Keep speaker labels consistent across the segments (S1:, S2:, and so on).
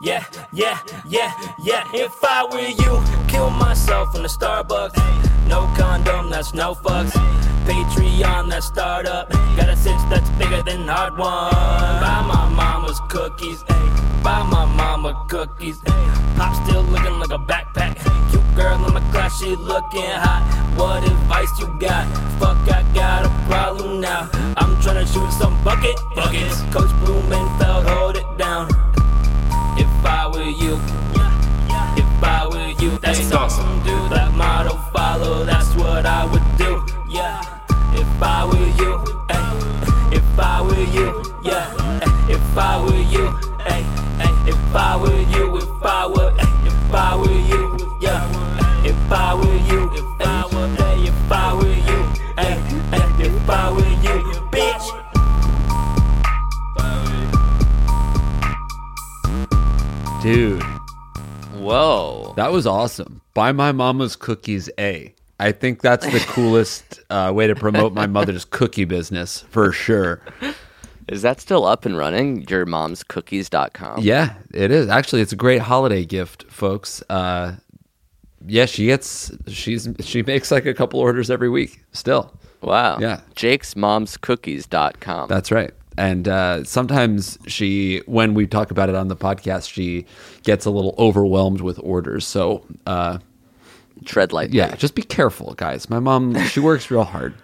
S1: Yeah, yeah, yeah, yeah. If I were you, kill myself in the Starbucks. No condom, that's no fucks. Patreon, that's startup. Got a sitch that's bigger than hard one. Buy my mama's cookies. Buy my mama cookies. Pop still looking like a backpack. Cute girl in my class, she looking hot. What advice you got? Fuck, I got a problem now. I'm tryna shoot some bucket buckets. Coach Blumenfeld, hold it down. If I were you, if I were you, that's awesome, dude. That motto follow, that's what I would do. Yeah, if I were you, ay, if I were you, yeah, ay, if I were you, ay, ay, if I were you, if I were, ay, if I were you, yeah, ay, if I were you, if I were, ay, if I were you, ay, ay, if I were you, bitch.
S2: Dude,
S3: Whoa.
S2: that was awesome. Buy my mama's cookies, A. I think that's the coolest uh, way to promote my mother's cookie business for sure.
S3: Is that still up and running? Your mom's cookies.com.
S2: Yeah, it is. Actually, it's a great holiday gift, folks. Uh, yeah, she gets she's she makes like a couple orders every week still.
S3: Wow.
S2: Yeah.
S3: Jake's mom's cookies.com.
S2: That's right. And uh, sometimes she, when we talk about it on the podcast, she gets a little overwhelmed with orders. So, uh,
S3: tread lightly.
S2: yeah, just be careful, guys. My mom, she works real hard.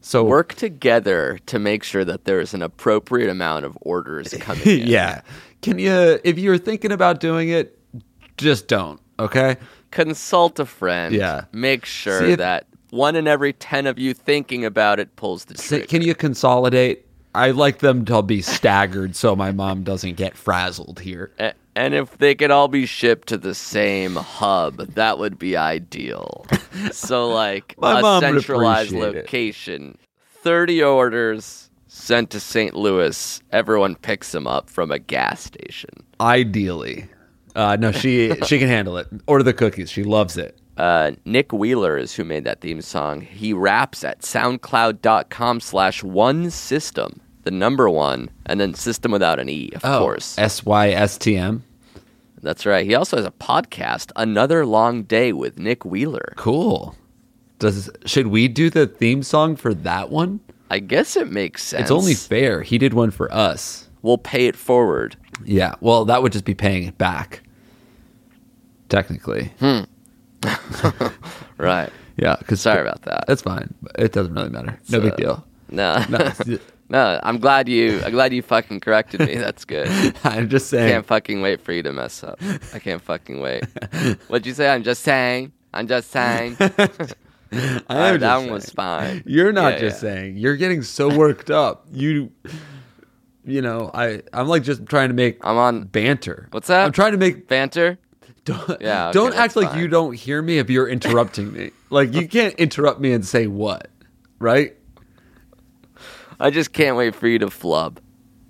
S2: So
S3: Work together to make sure that there is an appropriate amount of orders coming in.
S2: yeah. Can you, if you're thinking about doing it, just don't. Okay.
S3: Consult a friend.
S2: Yeah.
S3: Make sure
S2: See if-
S3: that one in every 10 of you thinking about it pulls the
S2: Say,
S3: trigger.
S2: can you consolidate? I like them to be staggered so my mom doesn't get frazzled here.
S3: A- and if they could all be shipped to the same hub, that would be ideal. so, like
S2: My
S3: a
S2: mom would
S3: centralized
S2: appreciate it.
S3: location, 30 orders sent to St. Louis. Everyone picks them up from a gas station.
S2: Ideally. Uh, no, she she can handle it. Order the cookies. She loves it.
S3: Uh, Nick Wheeler is who made that theme song. He raps at soundcloud.com slash one system, the number one, and then system without an E, of
S2: Oh.
S3: course.
S2: S Y S T M.
S3: That's right. He also has a podcast, Another Long Day with Nick Wheeler.
S2: Cool. Does should we do the theme song for that one?
S3: I guess it makes sense.
S2: It's only fair. He did one for us.
S3: we'll pay it forward.
S2: Yeah. Well, that would just be paying it back. Technically.
S3: Right.
S2: Yeah. Cause
S3: Sorry about that.
S2: That's fine. It doesn't really matter. No big deal.
S3: No.
S2: No,
S3: No. I'm glad you I'm glad you fucking corrected me. That's good.
S2: I'm just
S3: I
S2: saying.
S3: can't fucking wait for you to mess up. I can't fucking wait. What'd you say? I'm just saying. I'm just saying.
S2: I am
S3: Uh, that
S2: just
S3: one was
S2: saying.
S3: fine.
S2: You're not
S3: Yeah,
S2: just
S3: yeah.
S2: saying. You're getting so worked up. You, you know, I I'm like just trying to make
S3: I'm on-
S2: banter.
S3: What's that?
S2: I'm trying to make
S3: Banter?
S2: Don't,
S3: Yeah, okay,
S2: don't
S3: that's
S2: act like
S3: fine.
S2: you don't hear me if you're interrupting me. Like you can't interrupt me and say what, right?
S3: I just can't wait for you to flub.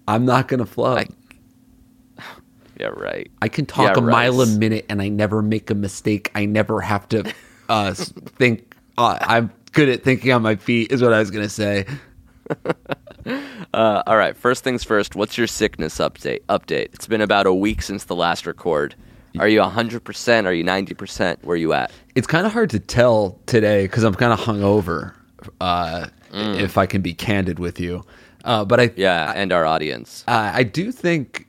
S2: I'm not gonna flub.
S3: I- Yeah, right.
S2: I can talk
S3: Yeah,
S2: a mile a
S3: right.
S2: minute and I never make a mistake. I never have to uh, s- think. Uh, I'm good at thinking on my feet, is what I was going to say.
S3: Uh, all right. First things first. What's your sickness update? Update. It's been about a week since the last record. Are you hundred percent? Are you ninety percent? Where you at?
S2: It's kind of hard to tell today because I'm kind of hungover, uh, if I can be candid with you. Uh, but I,
S3: Yeah, and our audience.
S2: uh, I do think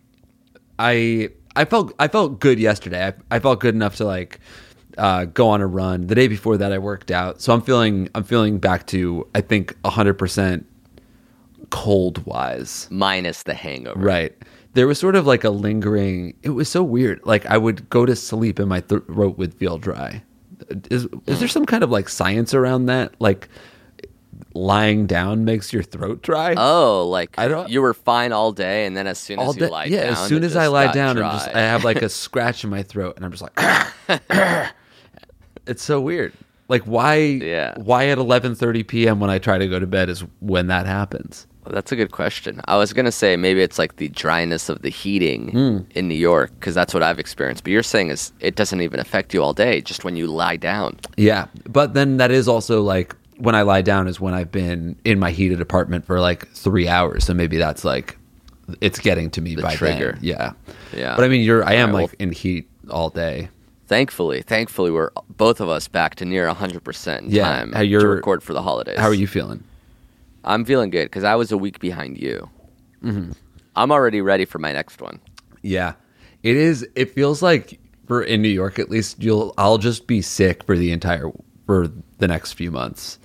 S2: I I felt I felt good yesterday. I, I felt good enough to like uh, go on a run. The day before that, I worked out, so I'm feeling I'm feeling back to I think 100 percent cold wise.
S3: minus the hangover.
S2: Right. There was sort of like a lingering. It was so weird. Like I would go to sleep and my thro- throat would feel dry. Is is there some kind of like science around that? Like lying down makes your throat dry.
S3: Oh, like
S2: I don't-
S3: you were fine all day, and then as soon as you
S2: day-
S3: lie
S2: yeah,
S3: down,
S2: as soon
S3: it
S2: as I
S3: just
S2: lie
S3: got
S2: down, I'm just,
S3: dry.
S2: I have like a scratch in my throat, and I'm just like, it's so weird. Like why?
S3: Yeah.
S2: Why at 11:30 p.m. when I try to go to bed is when that happens.
S3: Well, that's a good question. I was gonna say maybe it's like the dryness of the heating
S2: Hmm.
S3: in New York because that's what I've experienced. But you're saying is it doesn't even affect you all day, just when you lie down.
S2: Yeah, but then that is also like when I lie down is when I've been in my heated apartment for like three hours. So maybe that's like it's getting to me
S3: The
S2: by
S3: trigger.
S2: Then. Yeah,
S3: Yeah.
S2: But I mean, you're I am
S3: All right,
S2: like in heat all day.
S3: Thankfully, thankfully, we're both of us back to near 100 percent
S2: Yeah,
S3: time
S2: how
S3: to
S2: you're-
S3: record for the holidays.
S2: How are you feeling?
S3: I'm feeling good because I was a week behind you.
S2: Mm-hmm.
S3: I'm already ready for my next one.
S2: Yeah. It is it feels like for in New York at least you'll I'll just be sick for the entire for the next few months.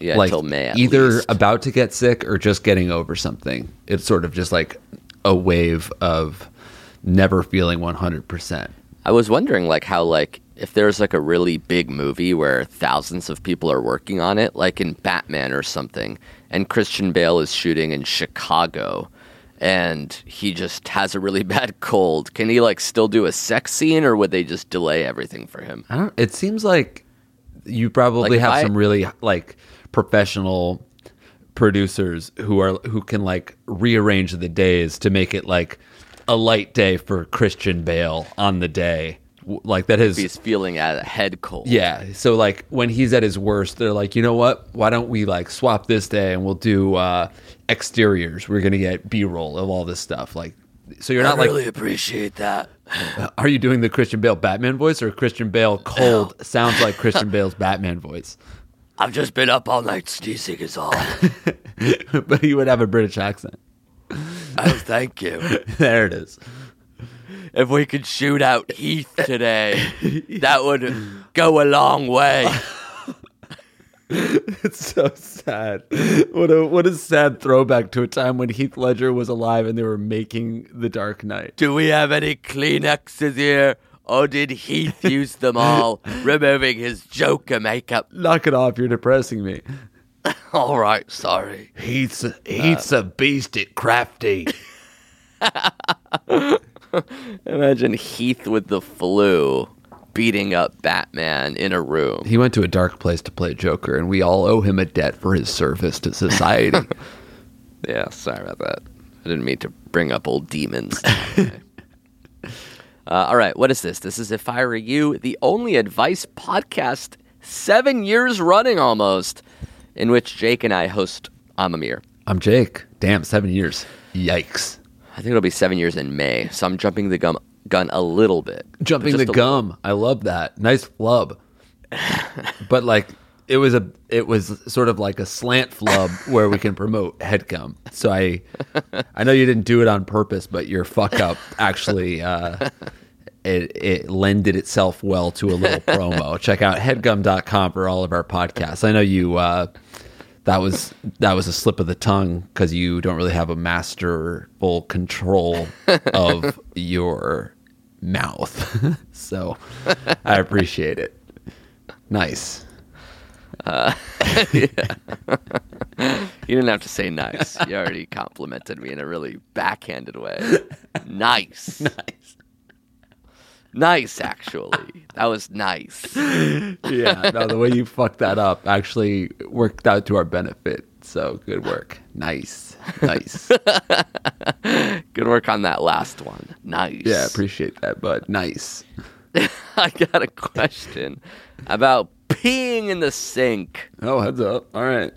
S3: Yeah,
S2: like
S3: until May. At
S2: either
S3: least.
S2: about to get sick or just getting over something. It's sort of just like a wave of never feeling 100%.
S3: I was wondering like how like if there's like a really big movie where thousands of people are working on it, like in Batman or something, and Christian Bale is shooting in Chicago and he just has a really bad cold. Can he like still do a sex scene or would they just delay everything for him?
S2: I don't it seems like you probably
S3: Like, if
S2: have
S3: I-
S2: some really like professional producers who are who can like rearrange the days to make it like a light day for Christian Bale on the day W- like that
S3: If
S2: his
S3: he's feeling a head cold.
S2: yeah so like when he's at his worst they're like you know what why don't we like swap this day and we'll do uh exteriors we're gonna get b-roll of all this stuff like so you're
S3: I
S2: not like
S3: really appreciate that.
S2: are you doing the Christian Bale Batman voice or Christian Bale cold sounds like Christian Bale's Batman voice
S3: I've just been up all night sneezing is all.
S2: but he would have a British accent.
S3: oh, thank you.
S2: There it is.
S3: If we could shoot out Heath today, that would go a long way.
S2: It's so sad. What a what a sad throwback to a time when Heath Ledger was alive and they were making The Dark Knight.
S3: Do we have any Kleenexes here? Or did Heath use them all, removing his Joker makeup?
S2: Knock it off, you're depressing me.
S3: All right, sorry.
S2: Heath's Heath's a beast at crafty.
S3: Imagine Heath with the flu beating up Batman in a room.
S2: He went to a dark place to play Joker, and we all owe him a debt for his service to society.
S3: Yeah, sorry about that. I didn't mean to bring up old demons. Uh, all right, what is this? This is If I Were You, the only advice podcast, seven years running almost, in which Jake and I host Amamir.
S2: I'm Jake. Damn, seven years. Yikes.
S3: I think it'll be seven years in May, so I'm jumping the gum gun a little bit.
S2: jumping
S3: Just
S2: the
S3: a-
S2: gum. I love that. Nice flub. but like it was a it was sort of like a slant flub where we can promote head gum. So I I know you didn't do it on purpose, but your fuck up actually uh it, it lended itself well to a little promo. Check out headgum.com for all of our podcasts. I know you uh that was that was a slip of the tongue because you don't really have a masterful control of your mouth. so I appreciate it. Nice.
S3: You didn't have to say nice. You already complimented me in a really backhanded way. Nice. nice. Nice, actually. That was nice.
S2: Yeah. No, the way you fucked that up actually worked out to our benefit. So good work. Nice. Nice.
S3: Good work on that last one. Nice.
S2: yeah, appreciate that, bud. Nice.
S3: I got a question about peeing in the sink.
S2: Oh, heads up. All right.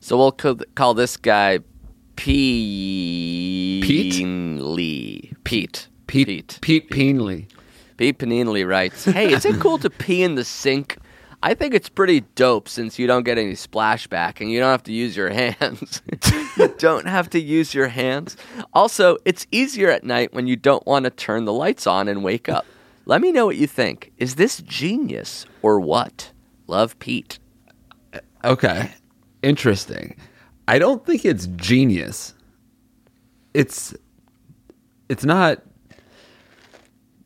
S3: So we'll co- call this guy P.
S2: Pete?
S3: Lee. Pete.
S2: Pete
S3: Pete.
S2: Pete, Peenley.
S3: Pete Paninley writes, "Hey, is it cool to pee in the sink? I think it's pretty dope since you don't get any splashback and you don't have to use your hands. you don't have to use your hands. Also, it's easier at night when you don't want to turn the lights on and wake up. Let me know what you think. Is this genius or what? Love, Pete."
S2: Okay. Interesting. I don't think it's genius. It's it's not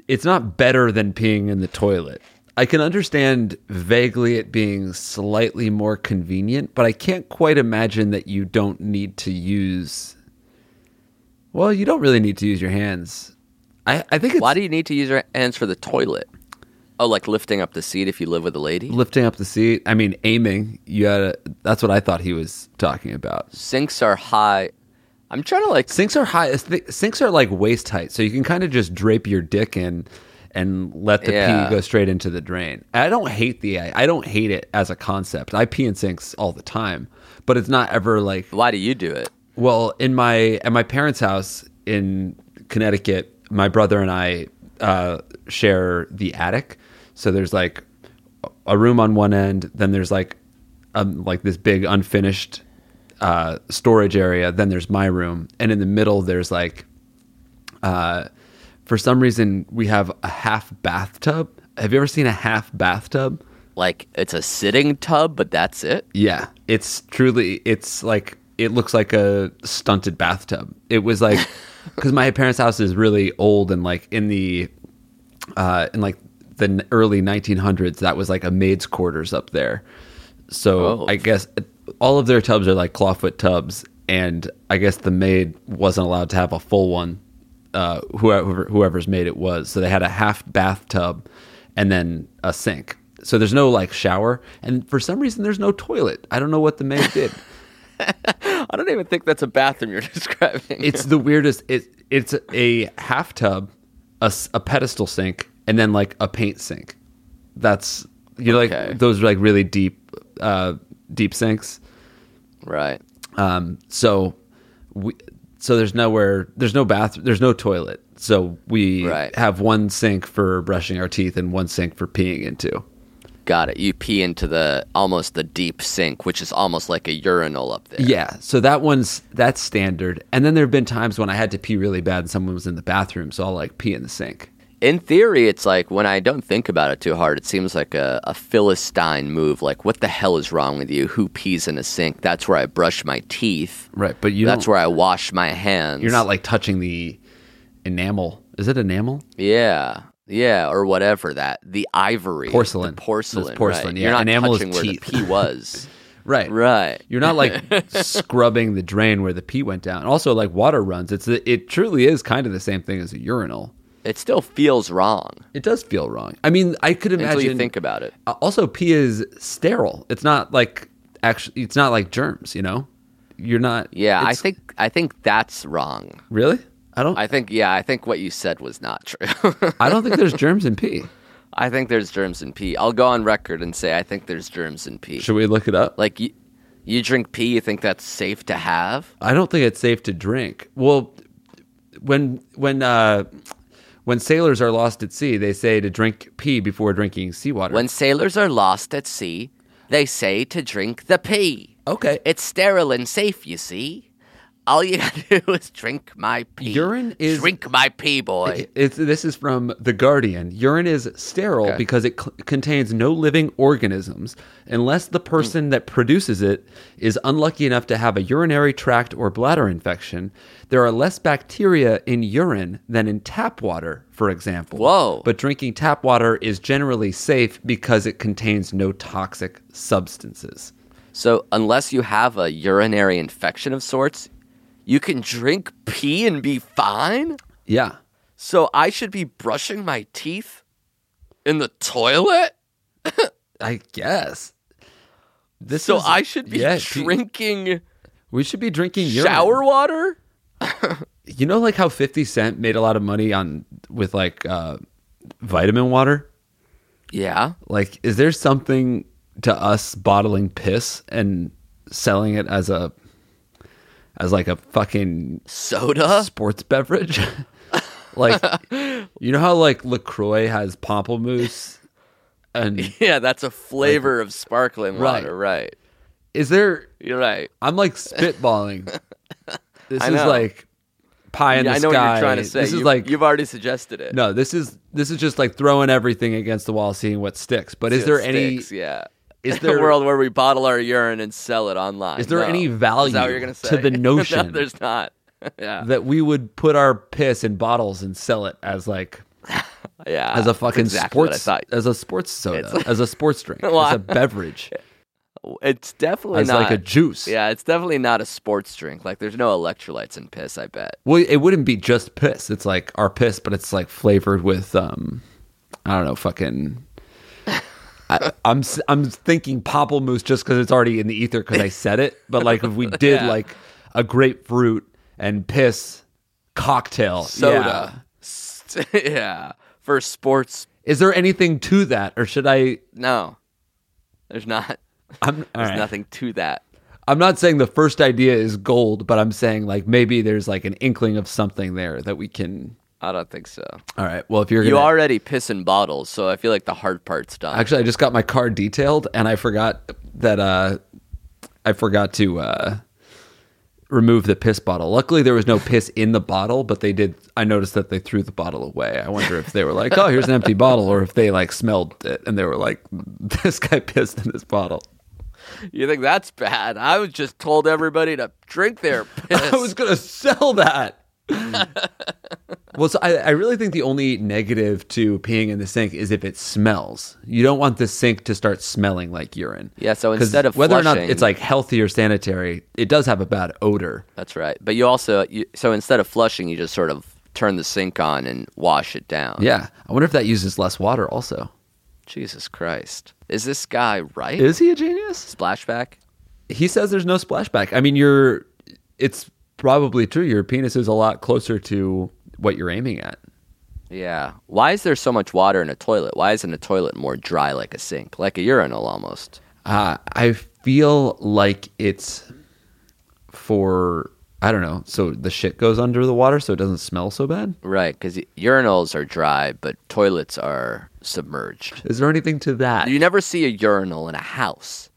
S2: it's not better than peeing in the toilet. I can understand vaguely it being slightly more convenient, but I can't quite imagine that you don't need to use well, you don't really need to use your hands. I, I think it's
S3: Why do you need to use your hands for the toilet? Oh, like lifting up the seat if you live with a lady?
S2: lifting up the seat. I mean, aiming. You gotta, that's what I thought he was talking about.
S3: Sinks are high. I'm trying to like
S2: Sinks are high. th- Sinks are like waist height, so you can kind of just drape your dick in and let the
S3: Yeah.
S2: pee go straight into the drain. I don't hate the. I don't hate it as a concept. I pee in sinks all the time, but it's not ever like
S3: why do you do it?
S2: well, in my at my parents' house in Connecticut, my brother and I uh, share the attic. So there's like a room on one end, then there's like um like this big unfinished uh, storage area, then there's my room, and in the middle there's like uh, for some reason we have a half bathtub. Have you ever seen a half bathtub?
S3: like it's a sitting tub, but that's it.
S2: Yeah, it's truly. It's like it looks like a stunted bathtub. It was like because my parents' house is really old and like in the uh, in like the n- early 1900s, that was like a maid's quarters up there. So
S3: Oh.
S2: I guess all of their tubs are like clawfoot tubs, and I guess the maid wasn't allowed to have a full one. Uh, whoever whoever's maid it was, so they had a half bathtub and then a sink. So there's no like shower, and for some reason there's no toilet. I don't know what the maid did.
S3: I don't even think that's a bathroom you're describing.
S2: It's the weirdest. It, it's a half tub, a, s- a pedestal sink, and then like a paint sink. That's you know,
S3: Okay.
S2: like those are like really deep, uh, deep sinks.
S3: right.
S2: So, we, so there's nowhere, there's no bath, there's no toilet. So we
S3: Right.
S2: have one sink for brushing our teeth and one sink for peeing into.
S3: Got it. You pee into the almost the deep sink, which is almost like a urinal up there.
S2: Yeah, so that one's that's standard. And then there have been times when I had to pee really bad and someone was in the bathroom, so I'll like pee in the sink.
S3: In theory, it's like when I don't think about it too hard, it seems like a, a Philistine move. Like, what the hell is wrong with you? Who pees in a sink? That's where I brush my teeth.
S2: Right, but you
S3: That's
S2: don't-
S3: where I wash my hands.
S2: You're not like touching the enamel. Is it enamel?
S3: Yeah. Yeah, or whatever that the ivory the
S2: Porcelain.
S3: porcelain,
S2: It's porcelain,
S3: right.
S2: yeah.
S3: You're not
S2: Enamel is
S3: touching where
S2: teeth.
S3: the pee was,
S2: Right.
S3: right?
S2: You're not like scrubbing the drain where the pee went down. Also, like water runs. It's the, it truly is kind of the same thing as a urinal.
S3: It still feels wrong
S2: It does feel wrong. I mean, I could imagine.
S3: until you think about it.
S2: Uh, also, pee is sterile. It's not like actually. It's not like germs. You know, you're not.
S3: Yeah, I
S2: it's-
S3: think I think that's wrong.
S2: Really, I don't.
S3: I
S2: I,
S3: think yeah, I think what you said was not true.
S2: don't think there's germs in pee.
S3: I think there's germs in pee. I'll go on record and say I think there's germs in pee.
S2: Should we look it up?
S3: Like you, you drink pee, you think that's safe to have?
S2: I don't think it's safe to drink. Well, when when uh, when sailors are lost at sea, they say to drink pee before drinking seawater.
S3: When sailors are lost at sea, they say to drink the pee.
S2: okay,
S3: It's sterile and safe, you see. All you gotta do is drink my pee.
S2: Urine is-
S3: drink my pee, boy.
S2: It's, this is from The Guardian. Urine is sterile
S3: Okay.
S2: because it c- contains no living organisms unless the
S3: Hmm.
S2: person that produces it is unlucky enough to have a urinary tract or bladder infection. There are less bacteria in urine than in tap water, for example.
S3: Whoa.
S2: But drinking tap water is generally safe because it contains no toxic substances.
S3: So unless you have a urinary infection of sorts, you can drink pee and be fine.
S2: Yeah.
S3: So I should be brushing my teeth in the toilet.
S2: I guess. This
S3: so
S2: is-
S3: I should be
S2: yeah, pee-
S3: drinking
S2: We should be drinking urine.
S3: Shower water?
S2: You know, like how Fifty Cent made a lot of money on with like uh, vitamin water.
S3: Yeah.
S2: Like, is there something to us bottling piss and selling it as a as like a fucking
S3: Soda?
S2: sports beverage? like, you know how like Lacroix has pamplemousse, and
S3: Yeah, that's a flavor of sparkling
S2: Right.
S3: water, right.
S2: is there?
S3: You're right.
S2: I'm like spitballing. this
S3: I
S2: is
S3: know.
S2: like pie in
S3: Yeah,
S2: the
S3: I know
S2: sky.
S3: what you're trying to say.
S2: This
S3: you,
S2: is like
S3: you've already suggested it.
S2: no. This is this is just like throwing everything against the wall, seeing what sticks. But is
S3: It
S2: there any
S3: sticks, yeah.
S2: is
S3: the
S2: there
S3: world where we bottle our urine and sell it online.
S2: Is there
S3: No.
S2: any value
S3: Is that what you're gonna
S2: to
S3: say?
S2: the
S3: no,
S2: notion?
S3: there's not. Yeah.
S2: that we would put our piss in bottles and sell it as like
S3: yeah.
S2: as a
S3: Ah, That's
S2: fucking
S3: exactly what I
S2: sports
S3: thought.
S2: as a sports soda as a sports drink
S3: Well,
S2: as
S3: I-
S2: a beverage
S3: It's definitely
S2: as
S3: not
S2: like a juice.
S3: Yeah, it's definitely not a sports drink. Like there's no electrolytes in piss, I bet.
S2: Well, it wouldn't be just piss. It's like our piss, but it's like flavored with um, I don't know, fucking. I, I'm s- I'm thinking pamplemousse just because it's already in the ether because I said it. But like if we did like a grapefruit and piss cocktail yeah.
S3: Soda. St- Yeah. For sports,
S2: is there anything to that, or should I?
S3: no. There's not.
S2: I'm all
S3: There's
S2: right.
S3: nothing to that.
S2: I'm not saying the first idea is gold, but I'm saying like maybe there's like an inkling of something there that we can.
S3: I don't think so.
S2: All right. Well, if you're
S3: You
S2: gonna-
S3: already piss in bottles, so I feel like the hard part's done.
S2: Actually, I just got my car detailed, and I forgot that uh, I forgot to uh, remove the piss bottle. Luckily, there was no piss in the bottle, but they did. I noticed that they threw the bottle away. I wonder if they were like, "Oh, here's an empty bottle," or if they like smelled it and they were like, "This guy pissed in this bottle."
S3: you think that's bad? I was just told everybody to drink their piss.
S2: I was gonna sell that. well, so I, I really think the only negative to peeing in the sink is if it smells. You don't want the sink to start smelling like urine.
S3: Yeah, so
S2: 'Cause
S3: instead of
S2: whether or not
S3: flushing-
S2: it's like healthy or sanitary, it does have a bad odor.
S3: That's right. But you also you, so instead of flushing, you just sort of turn the sink on and wash it down.
S2: Yeah, I wonder if that uses less water. Also,
S3: Jesus Christ. Is this guy right?
S2: is he a genius?
S3: Splashback?
S2: He says there's no splashback. I mean, you're. It's probably true. Your penis is a lot closer to what you're aiming at.
S3: Yeah. Why is there so much water in a toilet? Why isn't a toilet more dry like a sink, like a urinal almost?
S2: Uh, I feel like it's for I don't know. So the shit goes under the water, so it doesn't smell so bad.
S3: Right, because urinals are dry, but toilets are submerged.
S2: Is there anything to that?
S3: You never see a urinal in a house.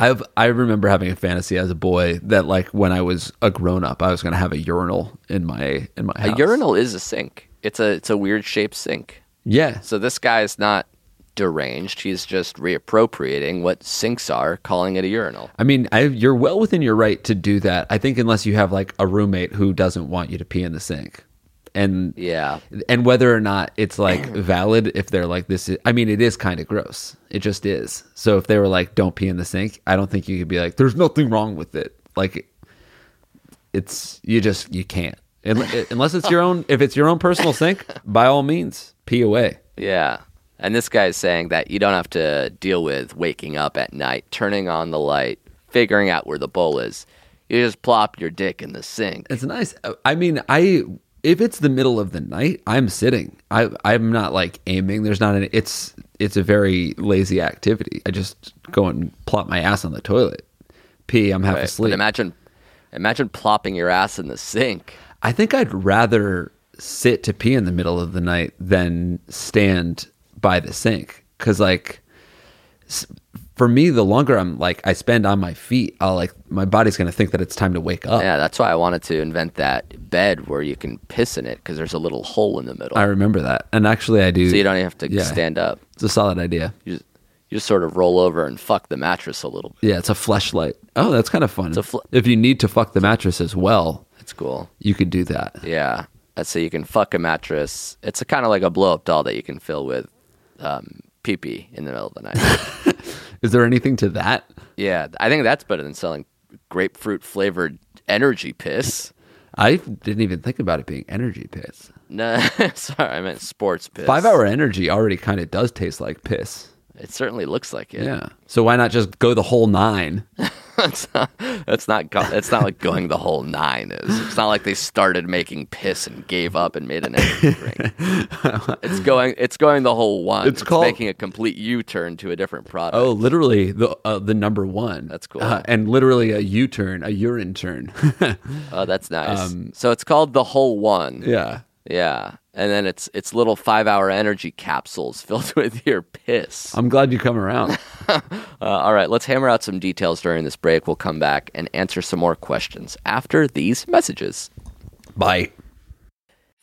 S2: I've I remember having a fantasy as a boy that like when I was a grown up, I was gonna have a urinal in my in my
S3: A
S2: house.
S3: urinal is a sink. It's a it's a weird shaped sink.
S2: Yeah.
S3: So this guy is not deranged. He's just reappropriating what sinks are, calling it a urinal.
S2: I mean, I, you're well within your right to do that. I think unless you have like a roommate who doesn't want you to pee in the sink, and
S3: Yeah.
S2: and whether or not it's like valid if they're like this is, i mean it is kind of gross it just is so if they were like don't pee in the sink i don't think you could be like there's nothing wrong with it like it's you just you can't Un- unless it's your own if it's your own personal sink by all means pee away
S3: Yeah. And this guy's saying that you don't have to deal with waking up at night, turning on the light, figuring out where the bowl is. You just plop your dick in the sink.
S2: it's nice i mean i if it's the middle of the night i'm sitting i i'm not like aiming there's not an it's it's a very lazy activity i just go and plop my ass on the toilet pee i'm half
S3: Right? But
S2: asleep
S3: imagine imagine plopping your ass in the sink.
S2: I think I'd rather sit to pee in the middle of the night than stand by the sink. Cause like, s- for me, the longer I'm like, I spend on my feet, I'll like, my body's gonna think that it's time to wake up.
S3: Yeah, that's why I wanted to invent that bed where you can piss in it because there's a little hole in the middle.
S2: I remember that. And actually, I do.
S3: so you don't even have to
S2: yeah.
S3: stand up.
S2: It's a solid idea.
S3: You just, you just sort of roll over and fuck the mattress a little bit.
S2: Yeah, it's a fleshlight. Oh, that's kind of fun.
S3: a fl-
S2: if you need to fuck the mattress as well,
S3: It's cool.
S2: you could do that.
S3: Yeah. And so you can fuck a mattress. It's kind of like a blow up doll that you can fill with um, pee pee in the middle of the night.
S2: Is there anything to that?
S3: yeah. I think that's better than selling grapefruit flavored energy piss.
S2: I didn't even think about it being energy piss.
S3: No, sorry, I meant sports piss.
S2: Five hour energy already kind of does taste like piss.
S3: It certainly looks like it.
S2: Yeah. So why not just go the whole nine?
S3: that's not that's not go- that's not like going the whole nine is. It's not like they started making piss and gave up and made an energy drink. It's going it's going the whole one.
S2: It's called-
S3: making a complete U turn to a different product.
S2: Oh, literally the uh, the number one.
S3: That's cool.
S2: Uh, and literally a U turn, a urine turn.
S3: Oh, that's nice. so it's called the whole one.
S2: yeah.
S3: Yeah. And then it's it's little five hour energy capsules filled with your piss.
S2: I'm glad you come around.
S3: Uh, all right, let's hammer out some details during this break. We'll come back and answer some more questions after these messages.
S2: Bye.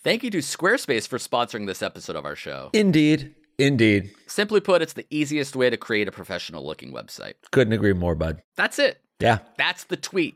S3: Thank you to Squarespace for sponsoring this episode of our show.
S2: Indeed. Indeed.
S3: Simply put, it's the easiest way to create a professional looking website.
S2: Couldn't agree more, bud.
S3: That's it.
S2: Yeah.
S3: That's the tweet.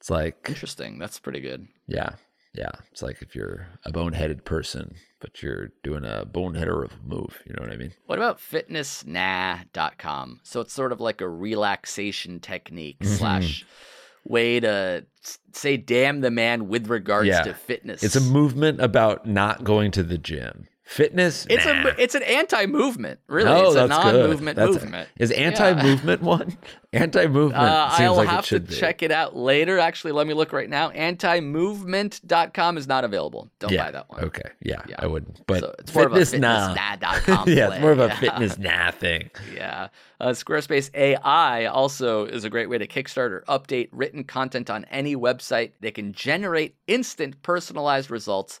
S4: It's like,
S3: Interesting. That's pretty good.
S4: yeah, yeah. It's like if you're a boneheaded person, but you're doing a boneheader of a move. You know what I mean?
S3: What about fitnessnah.com? So it's sort of like a relaxation technique
S4: Mm-hmm.
S3: slash way to s- say damn the man with regards
S4: Yeah.
S3: to fitness.
S4: It's a movement about not going to the gym. Fitness.
S3: it's
S4: Nah.
S3: a it's an anti-movement, really.
S4: No,
S3: it's a
S4: that's good.
S3: non-movement
S4: That's-
S3: movement.
S4: Is anti-movement one? Anti-movement.
S3: Uh,
S4: seems
S3: I'll
S4: like
S3: have
S4: it
S3: to
S4: should be.
S3: check it out later. Actually, let me look right now. Antimovement.com is not available. Don't
S4: yeah.
S3: buy that one.
S4: Okay. Yeah,
S3: Yeah.
S4: I wouldn't. But
S3: so it's more of a
S4: fitness nah.
S3: fitnessnah.com.
S4: yeah, it's more of a
S3: play.
S4: fitness nah thing.
S3: Yeah. Uh, Squarespace AI also is a great way to kickstart or update written content on any website. They can generate instant personalized results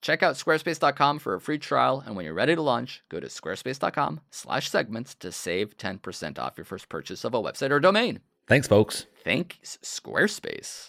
S3: check out squarespace.com for a free trial. And when you're ready to launch, go to squarespace.com slash segments to save 10% off your first purchase of a website or domain.
S4: Thanks, folks.
S3: Thanks, Squarespace.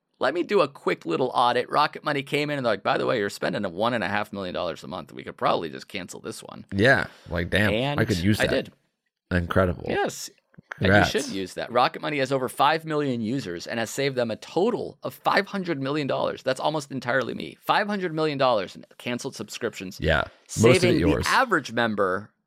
S3: Let me do a quick little audit. Rocket Money came in and they're like, by the way, you're spending a one and a half million dollars a month. We could probably just cancel this one.
S4: Yeah, like damn,
S3: and
S4: I could use
S3: I
S4: that.
S3: did.
S4: Incredible.
S3: Yes.
S4: Congrats.
S3: And you should use that. Rocket Money has over 5 million users and has saved them a total of $500 million. That's almost entirely me. $500 million in canceled subscriptions.
S4: Yeah, most of
S3: Saving
S4: it yours.
S3: the average member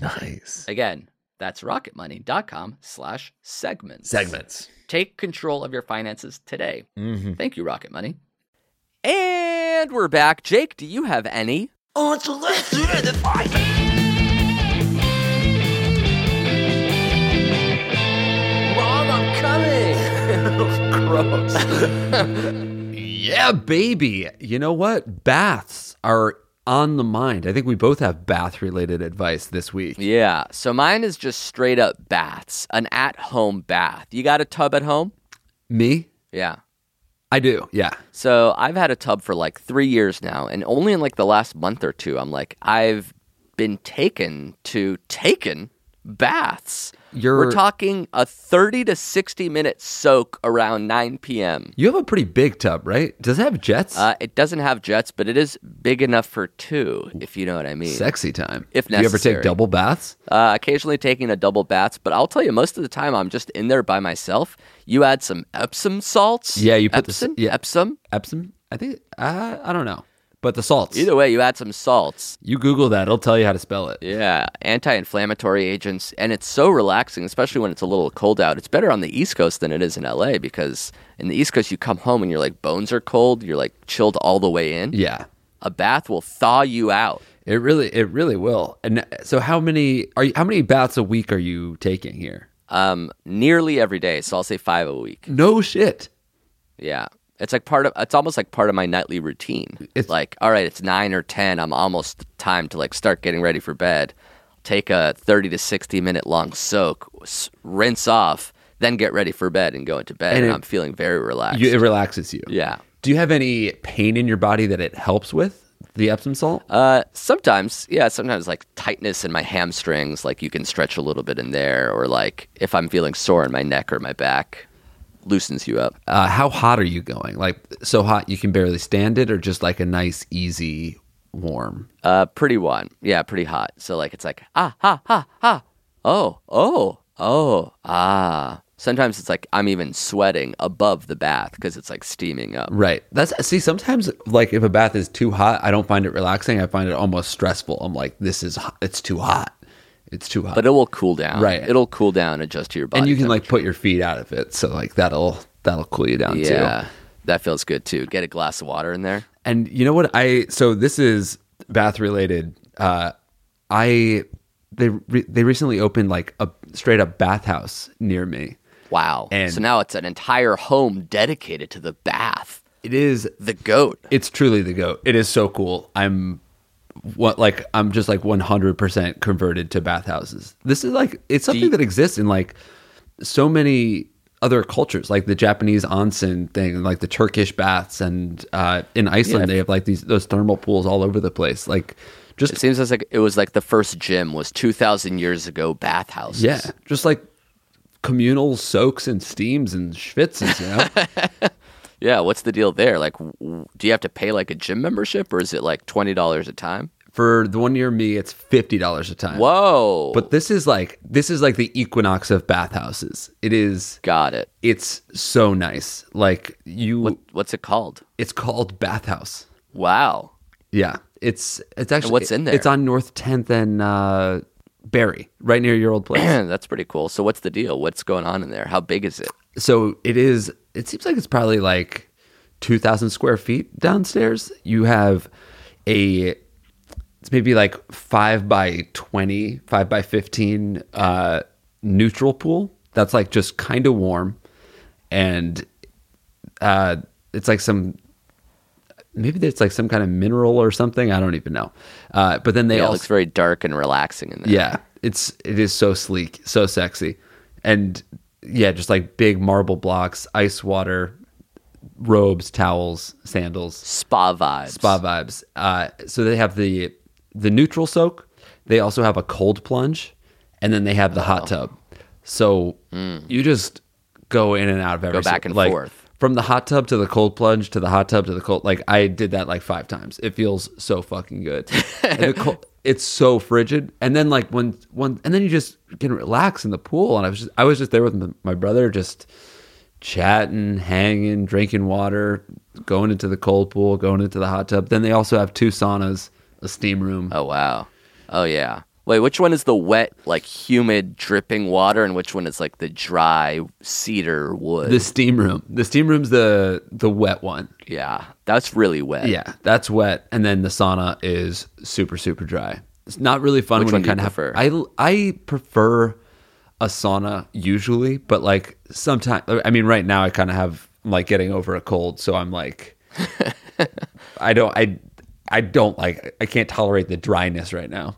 S4: nice.
S3: Again, that's rocketmoney.com/segments.
S4: Segments.
S3: Take control of your finances today.
S4: Mm-hmm.
S3: Thank you, Rocket Money. And we're back. Jake, do you have any? Mom, I'm coming. Gross.
S2: Yeah, baby. You know what? Baths are on the mind. I think we both have bath related advice this week.
S3: Yeah. So mine is just straight up baths, an at home bath. You got a tub at home?
S2: Me?
S3: Yeah.
S2: I do. Yeah.
S3: So I've had a tub for like three years now, and only in like the last month or two, I'm like, I've been taken to taken baths.
S2: You're-
S3: We're talking a 30 to 60 minute soak around 9 p.m.
S2: You have a pretty big tub, right? Does it have jets?
S3: Uh, it doesn't have jets, but it is big enough for two, if you know what I mean.
S2: Sexy time.
S3: if
S2: Do you ever
S3: necessary.
S2: take double baths?
S3: Uh, occasionally taking a double bath, but I'll tell you, most of the time I'm just in there by myself. You add some Epsom salts.
S2: Yeah, you put the s-
S3: Epsom.
S2: yeah.
S3: Epsom.
S2: Epsom? I think, uh, I don't know. But the salts.
S3: Either way, you add some salts.
S2: You Google that, it'll tell you how to spell it.
S3: Yeah, anti-inflammatory agents, and it's so relaxing, especially when it's a little cold out. It's better on the East Coast than it is in LA because in the East Coast you come home and you're like bones are cold, you're like chilled all the way in.
S2: Yeah.
S3: A bath will thaw you out.
S2: It really, it really will. And uh, so, how many are you, how many baths a week are you taking here?
S3: Um, nearly every day, so I'll say 5 a week.
S2: No shit.
S3: Yeah. It's like part of it's almost like part of my nightly routine.
S2: It's-
S3: It's like, all right, it's 9 or 10, I'm almost time to like start getting ready for bed. Take a 30 to 60 minute long soak, s- rinse off, then get ready for bed and go into bed
S2: And
S3: and,
S2: it-
S3: I'm feeling very relaxed.
S2: You, it relaxes you.
S3: yeah.
S2: Do you have any pain in your body that it helps with the Epsom salt?
S3: Uh, sometimes, yeah, sometimes like tightness in my hamstrings, like you can stretch a little bit in there or like if I'm feeling sore in my neck or my back, loosens you up.
S2: Uh, how hot are you going? Like so hot you can barely stand it, or just like a nice easy warm?
S3: Uh, pretty one. Yeah, pretty hot. So like it's like ah ha ha ha. Oh oh oh ah. Sometimes it's like I'm even sweating above the bath because it's like steaming up.
S2: Right. That's see. Sometimes like if a bath is too hot, I don't find it relaxing. I find it almost stressful. I'm like, this is hot. it's too hot. It's too hot.
S3: But it will cool down.
S2: Right.
S3: It'll cool down and adjust to your body.
S2: and you can like put your feet out of it, so like that'll that'll cool you down
S3: temperature.
S2: too.
S3: yeah. That feels good too. Get a glass of water in there.
S2: And you know what? I so this is bath related. Uh, I they re, they recently opened like a straight up bathhouse near me.
S3: Wow.
S2: And-
S3: so now it's an entire home dedicated to the bath.
S2: It is
S3: The goat.
S2: it's truly the goat. It is so cool. I'm what like I'm just like 100% converted to bathhouses. This is like it's something that exists in like so many other cultures, like the Japanese onsen thing, like the Turkish baths, and uh, in Iceland they have like these those thermal pools all over the place. Like just
S3: It seems as like it was like the first gym was 2,000 years ago bathhouses.
S2: yeah, just like communal soaks and steams and schwitzes, you know.
S3: Yeah, what's the deal there? Like, w- w- do you have to pay like a gym membership, or is it like twenty dollars a time?
S2: For the one near me, it's fifty dollars a time.
S3: Whoa!
S2: Uh, But this is like this is like the equinox of bathhouses. It is
S3: got it.
S2: it's so nice. Like you
S3: What's it called?
S2: it's called bathhouse.
S3: Wow.
S2: Yeah. It's it's actually
S3: what's in there?
S2: It's on North 10th and uh Barry, right near your old place.
S3: That's pretty cool. So, what's the deal? What's going on in there? How big is it?
S2: so it is it seems like it's probably like 2000 square feet downstairs you have a it's maybe like 5 by 20 5 by 15 uh neutral pool that's like just kind of warm and uh it's like some maybe it's like some kind of mineral or something i don't even know uh but then they
S3: Yeah, it
S2: also
S3: looks very dark and relaxing in there.
S2: yeah, it's it is so sleek, so sexy, and yeah, just like big marble blocks, ice water, robes, towels, sandals,
S3: Spa vibes.
S2: spa vibes. Uh, so they have the the neutral soak. They also have a cold plunge, and then they have the hot tub. So you just go in and out of every
S3: back
S2: si-
S3: and
S2: like,
S3: forth.
S2: From the hot tub to the cold plunge to the hot tub to the cold, like I did that like five times. It feels so fucking good. And the cold, it's so frigid. And then like when one, and then you just can relax in the pool. And I was just, I was just there with m- my brother, just chatting, hanging, drinking water, going into the cold pool, going into the hot tub. Then they also have two saunas, a steam room.
S3: Oh wow. Oh yeah. Wait, which one is the wet, like humid, dripping water, and which one is like the dry cedar wood?
S2: The steam room. The steam room's the the wet one.
S3: yeah, that's really wet.
S2: Yeah, that's wet, and then the sauna is super super dry. It's not really fun
S3: Which
S2: when
S3: one
S2: you
S3: do you
S2: kind of
S3: prefer?
S2: have. I I prefer a sauna usually, but like sometimes I mean, right now I kind of have I'm like getting over a cold, so I'm like, I don't I I don't like I can't tolerate the dryness right now.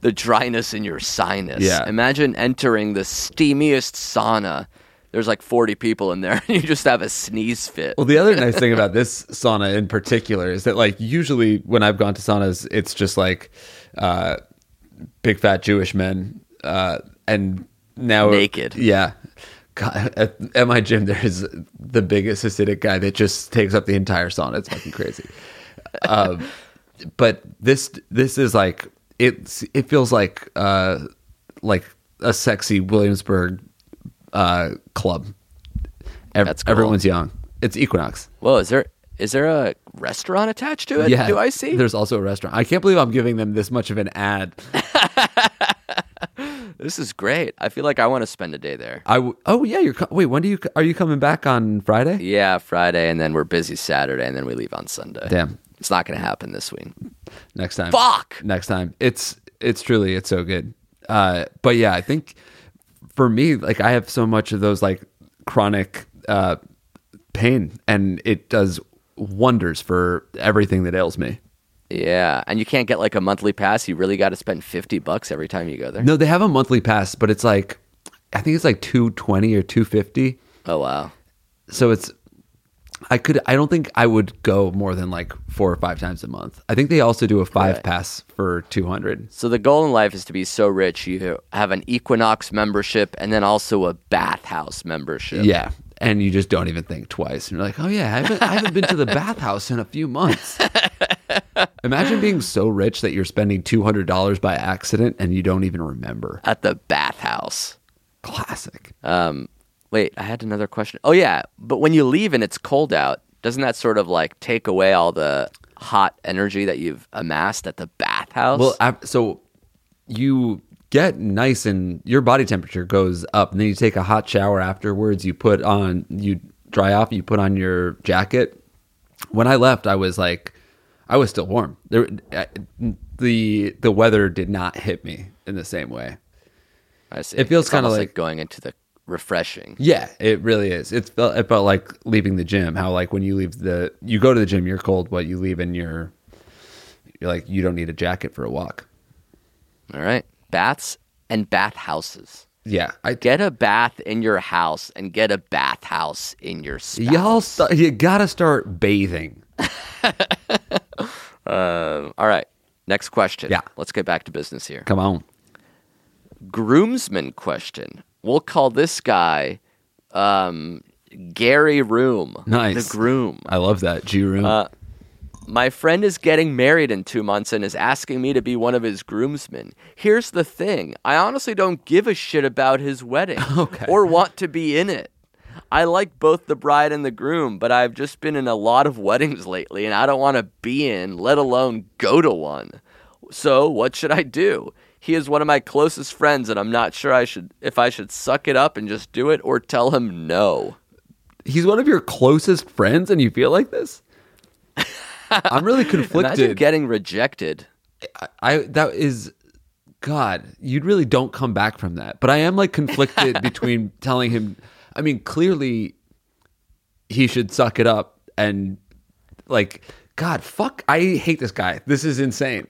S3: the dryness in your sinus.
S2: Yeah.
S3: Imagine entering the steamiest sauna. there's like 40 people in there, and you just have a sneeze fit.
S2: Well, the other nice thing about this sauna in particular is that, like, usually when I've gone to saunas, it's just like uh, big fat Jewish men, uh, and now
S3: Naked.
S2: Yeah, God, at, at my gym there is the biggest Hasidic guy that just takes up the entire sauna. It's fucking crazy. um, but this this is like it's it feels like uh, like a sexy Williamsburg uh, club. Ev-
S3: That's cool.
S2: Everyone's young. It's Equinox.
S3: Whoa, is there is there a restaurant attached to it? Uh, Do I see?
S2: There's also a restaurant. I can't believe I'm giving them this much of an ad.
S3: This is great. I feel like I want to spend a day there.
S2: I w- oh yeah, you're co- wait. When do you are you coming back on Friday?
S3: Yeah, Friday, and then we're busy Saturday, and then we leave on Sunday.
S2: Damn.
S3: It's not going to happen this week.
S2: Next time.
S3: Fuck!
S2: Next time. It's it's truly it's so good. Uh, but yeah, I think for me, like I have so much of those like chronic uh, pain, and it does wonders for everything that ails me.
S3: Yeah, and you can't get like a monthly pass. You really got to spend 50 bucks every time you go there.
S2: No, they have a monthly pass, but it's like I think it's like two twenty or two fifty.
S3: Oh, wow.
S2: so it's I could I don't think I would go more than like four or five times a month. I think they also do a five
S3: Right.
S2: pass for two hundred.
S3: So the goal in life is to be so rich you have an Equinox membership and then also a bathhouse membership.
S2: Yeah. And you just don't even think twice. And you're like, oh yeah, I haven't, I haven't been to the bathhouse in a few months. Imagine being so rich that you're spending two hundred dollars by accident and you don't even remember.
S3: At the bathhouse.
S2: Classic.
S3: Um, wait, I had another question. Oh yeah, but when you leave and it's cold out, doesn't that sort of like take away all the hot energy that you've amassed at the bathhouse?
S2: Well, I, so you get nice and your body temperature goes up, and then you take a hot shower afterwards. You put on, you dry off, you put on your jacket. When I left, I was like, I was still warm. There, I, the the weather did not hit me in the same way.
S3: I see.
S2: it feels
S3: It's
S2: kinda
S3: almost
S2: like-
S3: going into the refreshing.
S2: Yeah, it really is. It felt it felt like leaving the gym. How like when you leave the you go to the gym, you're cold, but you leave and you're you're like you don't need a jacket for a walk.
S3: All right, baths and bathhouses.
S2: Yeah, I
S3: Get a bath in your house and get a bathhouse in your spouse.
S2: Y'all, st- you gotta start bathing.
S3: Um, all right, next question.
S2: Yeah.
S3: let's get back to business here.
S2: Come on.
S3: groomsman question. We'll call this guy um, Gary Room.
S2: Nice.
S3: The groom.
S2: I love that. G room.
S3: Uh, My friend is getting married in two months and is asking me to be one of his groomsmen. Here's the thing I honestly don't give a shit about his wedding or want to be in it. I like both the bride and the groom, but I've just been in a lot of weddings lately and I don't want to be in, let alone go to one. So, what should I do? He is one of my closest friends and I'm not sure I should if I should suck it up and just do it or tell him no.
S2: He's one of your closest friends, and you feel like this. I'm really
S3: Imagine
S2: conflicted.
S3: getting rejected.
S2: I that is, God, you really don't come back from that. But I am like conflicted between telling him. I mean, clearly, he should suck it up and like, God, fuck. I hate this guy. This is insane.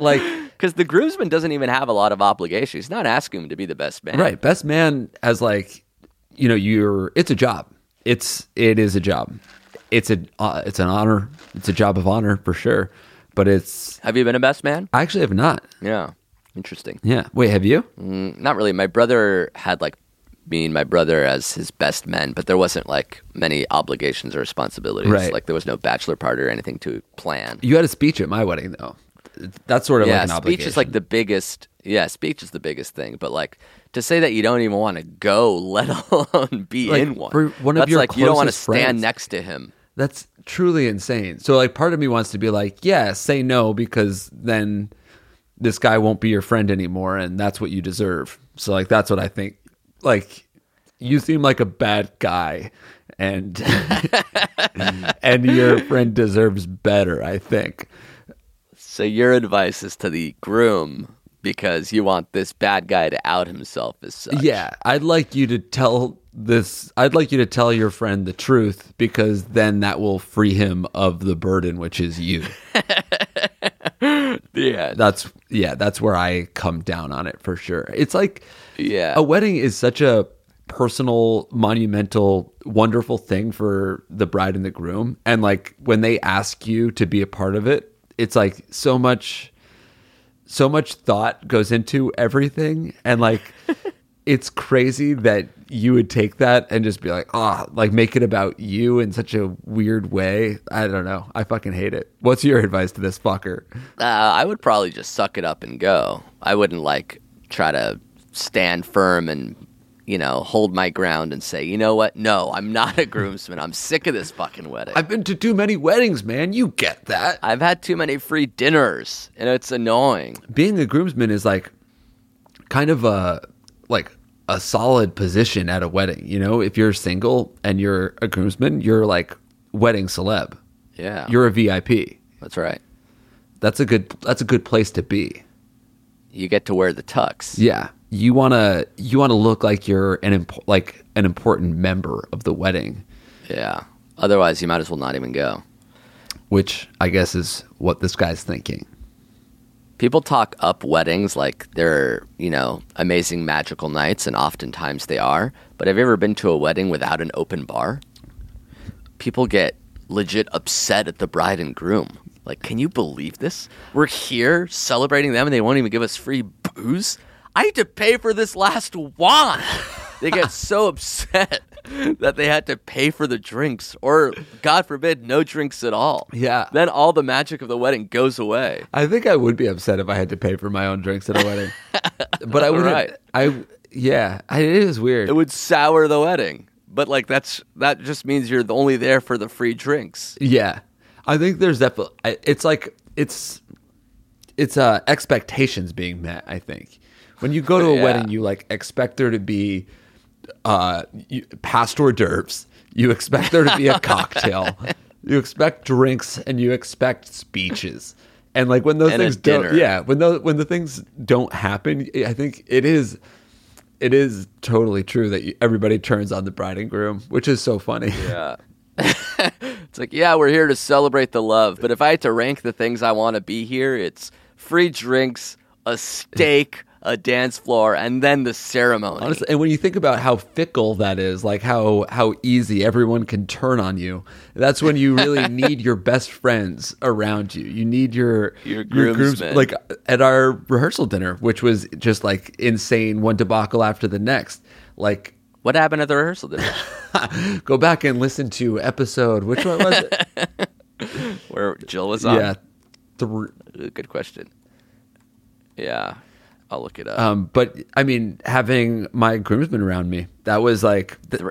S2: like.
S3: Because the groomsman doesn't even have a lot of obligation. He's not asking him to be the best man.
S2: Right. Best man as like, you know, you're it's a job. It's it is a job. It's a uh, it's an honor. It's a job of honor for sure. But it's
S3: Have you been a best man?
S2: I actually have not.
S3: Yeah. Interesting.
S2: Yeah. Wait, have you?
S3: Mm. Not really. My brother had like me and my brother as his best men, but there wasn't like many obligations or responsibilities.
S2: Right.
S3: Like there was no bachelor party or anything to plan.
S2: You had a speech at my wedding though. That's sort of
S3: yeah,
S2: like an
S3: speech
S2: obligation.
S3: is like the biggest. Yeah, speech is the biggest thing. But like to say that you don't even want to go, let alone be
S2: Like,
S3: in one.
S2: for one of
S3: that's
S2: your
S3: like you don't want to
S2: closest friends.
S3: stand next to him.
S2: That's truly insane. So like part of me wants to be like, yeah, say no because then this guy won't be your friend anymore and that's what you deserve. So like that's what I think. Like you seem like a bad guy and and your friend deserves better, I think.
S3: So your advice is to the groom because you want this bad guy to out himself as such.
S2: Yeah, I'd like you to tell this I'd like you to tell your friend the truth because then that will free him of the burden which is you.
S3: Yeah.
S2: that's yeah that's where i come down on it for sure it's like
S3: Yeah.
S2: a wedding is such a personal, monumental, wonderful thing for the bride and the groom. And like when they ask you to be a part of it, it's like so much, so much thought goes into everything. And like, it's crazy that you would take that and just be like, ah, like make it about you in such a weird way. I don't know. I fucking hate it. What's your advice to this fucker?
S3: Uh, I would probably just suck it up and go. I wouldn't like try to stand firm and you know hold my ground and say, you know what? No, I'm not a groomsman. I'm sick of this fucking wedding.
S2: I've been to too many weddings, man. You get that.
S3: I've had too many free dinners, and it's annoying.
S2: being a groomsman is like kind of a like a solid position at a wedding. You know, if you're single and you're a groomsman, you're like wedding celeb.
S3: Yeah,
S2: You're a VIP.
S3: that's right.
S2: That's a good that's a good place to be.
S3: You get to wear the tux.
S2: Yeah. You want to you want to look like you're an imp- like an important member of the wedding,
S3: Yeah. Otherwise, you might as well not even go.
S2: which I guess is what this guy's thinking.
S3: People talk up weddings like they're, you know, amazing magical nights, and oftentimes they are. But have you ever been to a wedding without an open bar? People get legit upset at the bride and groom. Like, can you believe this? We're here celebrating them and they won't even give us free booze? I had to pay for this last wine. They get so upset that they had to pay for the drinks, or God forbid, no drinks at all.
S2: Yeah.
S3: Then all the magic of the wedding goes away.
S2: I think I would be upset if I had to pay for my own drinks at a wedding. but I wouldn't.
S3: Right.
S2: I yeah, I, it is weird.
S3: it would sour the wedding. But like that's that just means you're the- only there for the free drinks.
S2: Yeah, I think there's that. I- It's like it's it's uh, expectations being met. I think when you go to a
S3: Yeah.
S2: wedding, you like expect there to be uh, you, past hors d'oeuvres. You expect there to be a cocktail. You expect drinks and you expect speeches. And like when those
S3: And a
S2: things don't,
S3: dinner.
S2: yeah, when those when the things don't happen, I think it is. It is totally true that you, everybody turns on the bride and groom, which is so funny. Yeah.
S3: It's like, yeah, we're here to celebrate the love, but if I had to rank the things I want to be here, it's free drinks, a steak, a dance floor, and then the ceremony.
S2: Honestly, and when you think about how fickle that is, like how how easy everyone can turn on you, that's when you really need your best friends around you. You need your
S3: Your
S2: grooms-
S3: groomsmen.
S2: Like at our rehearsal dinner, which was just like insane, one debacle after the next. Like
S3: What happened at the rehearsal dinner?
S2: go back and listen to episode which one was it?
S3: Where Jill was on?
S2: yeah, thr-
S3: Good question. Yeah. I'll look it up.
S2: um, but I mean, having my groomsmen around me, that was like th-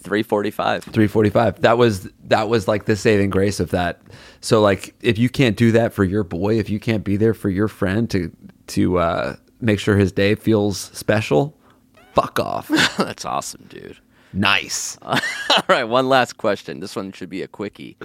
S3: Three forty five.
S2: 345 that was that was like the saving grace of that so like if you can't do that for your boy if you can't be there for your friend to to uh make sure his day feels special fuck off
S3: That's awesome, dude.
S2: nice
S3: All right, one last question. This one should be a quickie.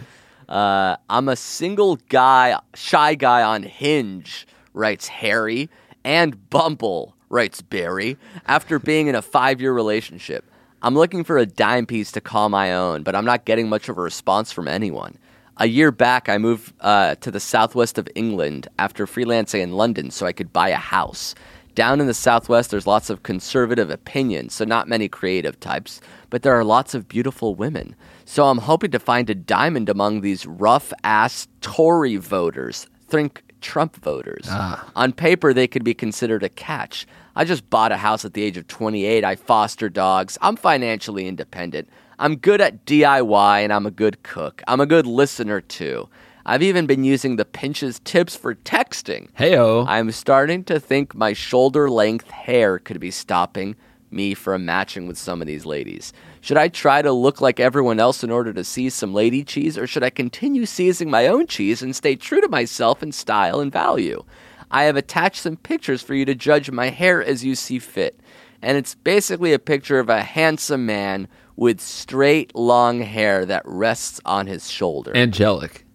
S3: Uh, I'm a single guy, shy guy on Hinge, writes Harry, and Bumble, writes Barry, after being in a five year relationship. I'm looking for a dime piece to call my own, but I'm not getting much of a response from anyone. A year back, I moved uh, to the southwest of England after freelancing in London so I could buy a house. Down in the southwest, there's lots of conservative opinions, so not many creative types, but there are lots of beautiful women. So I'm hoping to find a diamond among these rough ass Tory voters. Think Trump voters. On paper, they could be considered a catch. I just bought a house at the age of 28. I foster dogs. I'm financially independent. I'm good at DIY and I'm a good cook. I'm a good listener too. I've even been using the Pinch's tips for texting.
S2: heyo
S3: I'm starting to think my shoulder length hair could be stopping me from matching with some of these ladies. Should I try to look like everyone else in order to seize some lady cheese, or should I continue seizing my own cheese and stay true to myself in style and value? I have attached some pictures for you to judge my hair as you see fit. And it's basically a picture of a handsome man with straight long hair that rests on his shoulder.
S2: angelic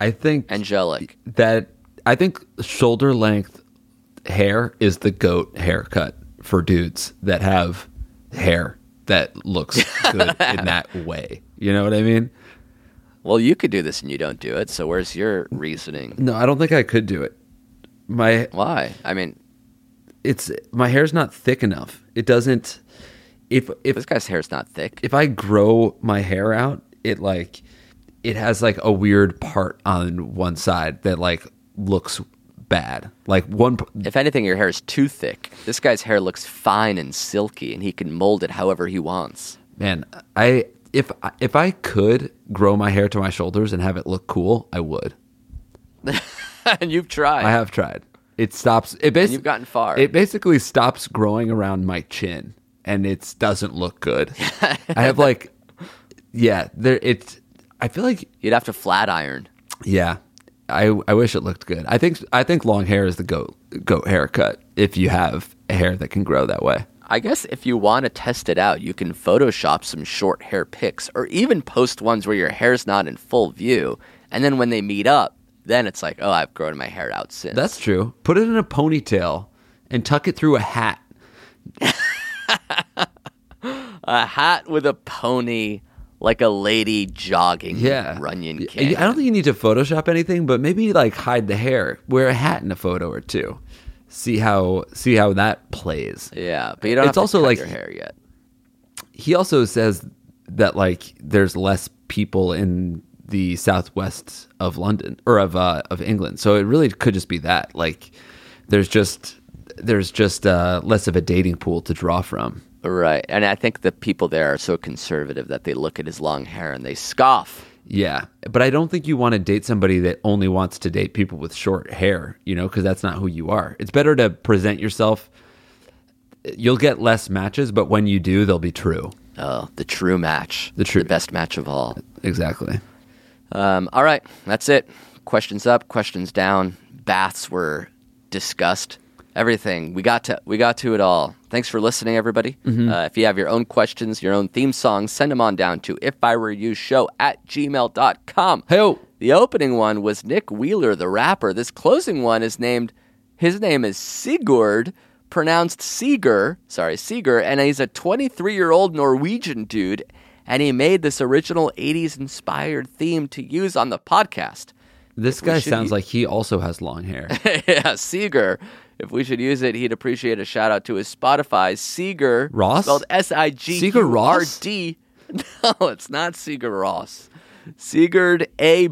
S2: i think
S3: Angelic.
S2: that i think shoulder length hair is the goat haircut for dudes that have hair that looks good in that way you know what i mean
S3: Well, you could do this and you don't do it, so where's your reasoning?
S2: No, I don't think I could do it. My
S3: Why? I mean,
S2: it's my hair's not thick enough. It doesn't if if
S3: This guy's hair's not thick.
S2: if I grow my hair out, it like it has like a weird part on one side that like looks bad. Like one p-
S3: If anything, your hair is too thick. This guy's hair looks fine and silky, and he can mold it however he wants.
S2: man, I if I- if I could grow my hair to my shoulders and have it look cool, I would.
S3: and you've tried.
S2: I have tried. It stops. It basically
S3: you've gotten far.
S2: It basically stops growing around my chin, and it doesn't look good. I have like, yeah, there. It's. I feel like
S3: You'd have to flat iron.
S2: Yeah, I I wish it looked good. I think I think long hair is the goat goat haircut if you have a hair that can grow that way.
S3: I guess if you want to test it out, you can Photoshop some short hair pics or even post ones where your hair's not in full view. And then when they meet up, then it's like, oh, I've grown my hair out since.
S2: That's true. Put it in a ponytail and tuck it through a hat.
S3: a hat with a pony, like a lady jogging.
S2: Yeah,
S3: Runyon
S2: Yeah,
S3: Canyon.
S2: I don't think you need to Photoshop anything, but maybe like hide the hair, wear a hat in a photo or two. See how see how that plays.
S3: Yeah, but you don't.
S2: It's
S3: have to
S2: also
S3: cut
S2: like-
S3: your hair yet.
S2: he also says that like there's less people in the southwest of London or of uh, of England, so it really could just be that like there's just there's just uh, less of a dating pool to draw from.
S3: Right, and I think the people there are so conservative that they look at his long hair and they scoff.
S2: Yeah, but I don't think you want to date somebody that only wants to date people with short hair, you know, because that's not who you are. It's better to present yourself. You'll get less matches, but when you do, they'll be true.
S3: Oh, the true match,
S2: The true-
S3: the best match of all.
S2: Exactly.
S3: Um, all right, that's it. Questions up, questions down. Baths were discussed. Everything we got to, we got to it all. Thanks for listening, everybody.
S2: Mm-hmm.
S3: Uh, if you have your own questions, your own theme songs, send them on down to if I were you show at gmail.com.
S2: Hey-o.
S3: The opening one was Nick Wheeler, the rapper. This closing one is named, his name is Sigurd, pronounced Seeger, sorry, Seeger, and he's a 23 year old Norwegian dude, and he made this original 80s inspired theme to use on the podcast.
S2: This guy
S3: should
S2: sounds
S3: u-
S2: like he also has long hair.
S3: yeah, Seeger. If we should use it, he'd appreciate a shout out to his Spotify, Seeger
S2: Ross?
S3: spelled S I G
S2: Seeger Ross?
S3: D. No, it's not Seeger Ross. Seegerd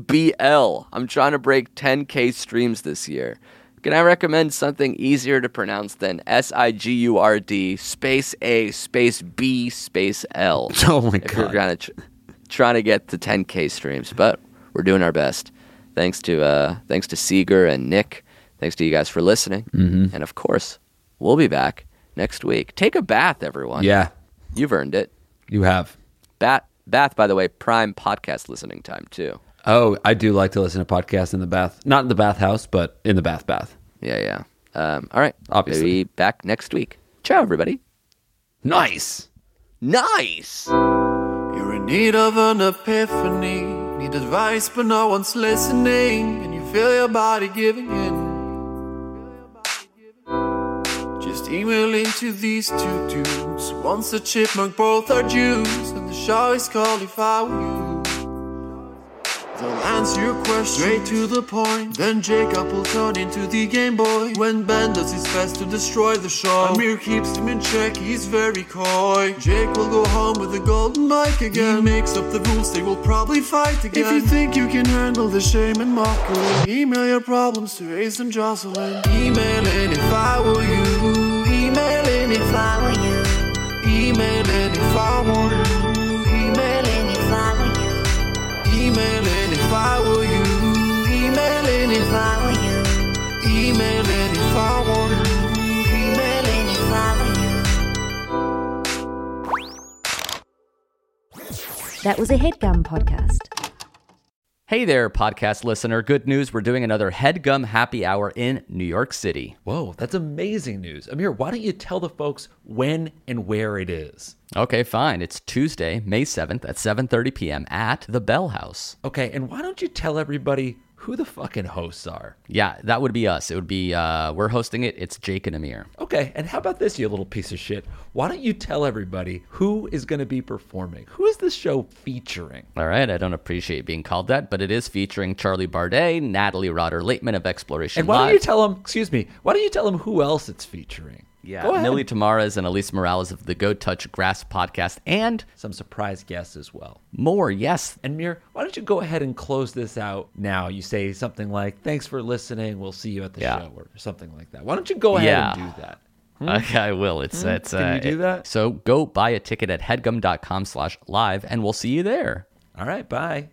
S3: ABL. I'm trying to break 10k streams this year. Can I recommend something easier to pronounce than S I G U R D space A space B space L?
S2: Oh my
S3: if you're
S2: God.
S3: trying to tr- trying to get to 10k streams, but we're doing our best. Thanks to uh, thanks to Seeger and Nick. Thanks to you guys for listening,
S2: Mm-hmm.
S3: and of course, we'll be back next week. Take a bath, everyone.
S2: yeah,
S3: you've earned it.
S2: you have.
S3: Bath, bath. By the way, prime podcast listening time too.
S2: Oh, I do like to listen to podcasts in the bath. Not in the bathhouse, but in the bath bath.
S3: Yeah, yeah. Um, all right,
S2: Obviously.
S3: We'll be back next week. Ciao, everybody.
S2: Nice.
S3: Nice.
S5: You're in need of an epiphany. Need advice, but no one's listening. And you feel your body giving in. Just email into these two dudes. Once a chipmunk, both are Jews. And the show is called If I Were You. They'll answer your question straight to the point. Then Jacob will turn into the Game Boy. When Ben does his best to destroy the show, Amir keeps him in check, he's very coy. Jake will go home with a golden mic again. He makes up the rules, they will probably fight again. If you think you can handle the shame and mockery, email your problems to Ace and Jocelyn. Email in if I were you. Email in if I were you. Email in if I were you. Email in if I were you. Emailing if I were you. Emailing if I were you. Emailing if I were you. Emailing if I were you.
S6: That was a headgum podcast.
S7: Hey there, podcast listener. Good news we're doing another Headgum Happy Hour in New York City.
S4: Whoa, that's amazing news. Amir, why don't you tell the folks when and where it is?
S7: Okay, fine. It's Tuesday, May 7th at 7:30 p.m. at the Bell House.
S4: Okay, and why don't you tell everybody who the fucking hosts are?
S7: Yeah, that would be us. It would be uh we're hosting it. It's Jake and Amir.
S4: Okay, and how about this, you little piece of shit? Why don't you tell everybody who is going to be performing? Who is this show featuring?
S7: All right, I don't appreciate being called that, but it is featuring Charlie Bardet, Natalie Rotter Lateman of Exploration
S4: And why don't
S7: Live.
S4: you tell them, excuse me, why don't you tell them who else it's featuring?
S3: Yeah, Millie Tamaras and Elise Morales of the Go Touch Grass podcast, and
S4: Some surprise guests as well.
S3: more. Yes,
S4: And Mir, why don't you go ahead and close this out now? You say something like, thanks for listening. We'll see you at the
S3: Yeah.
S4: show or something like that. Why don't you go ahead
S3: Yeah.
S4: and do that?
S7: Hmm?
S4: Hmm?
S3: Okay, I will. It's it's.
S4: Can you
S3: uh,
S4: do
S3: it-
S4: that?
S3: So go buy a ticket at headgum.com/live, and we'll see you there.
S4: All right. Bye.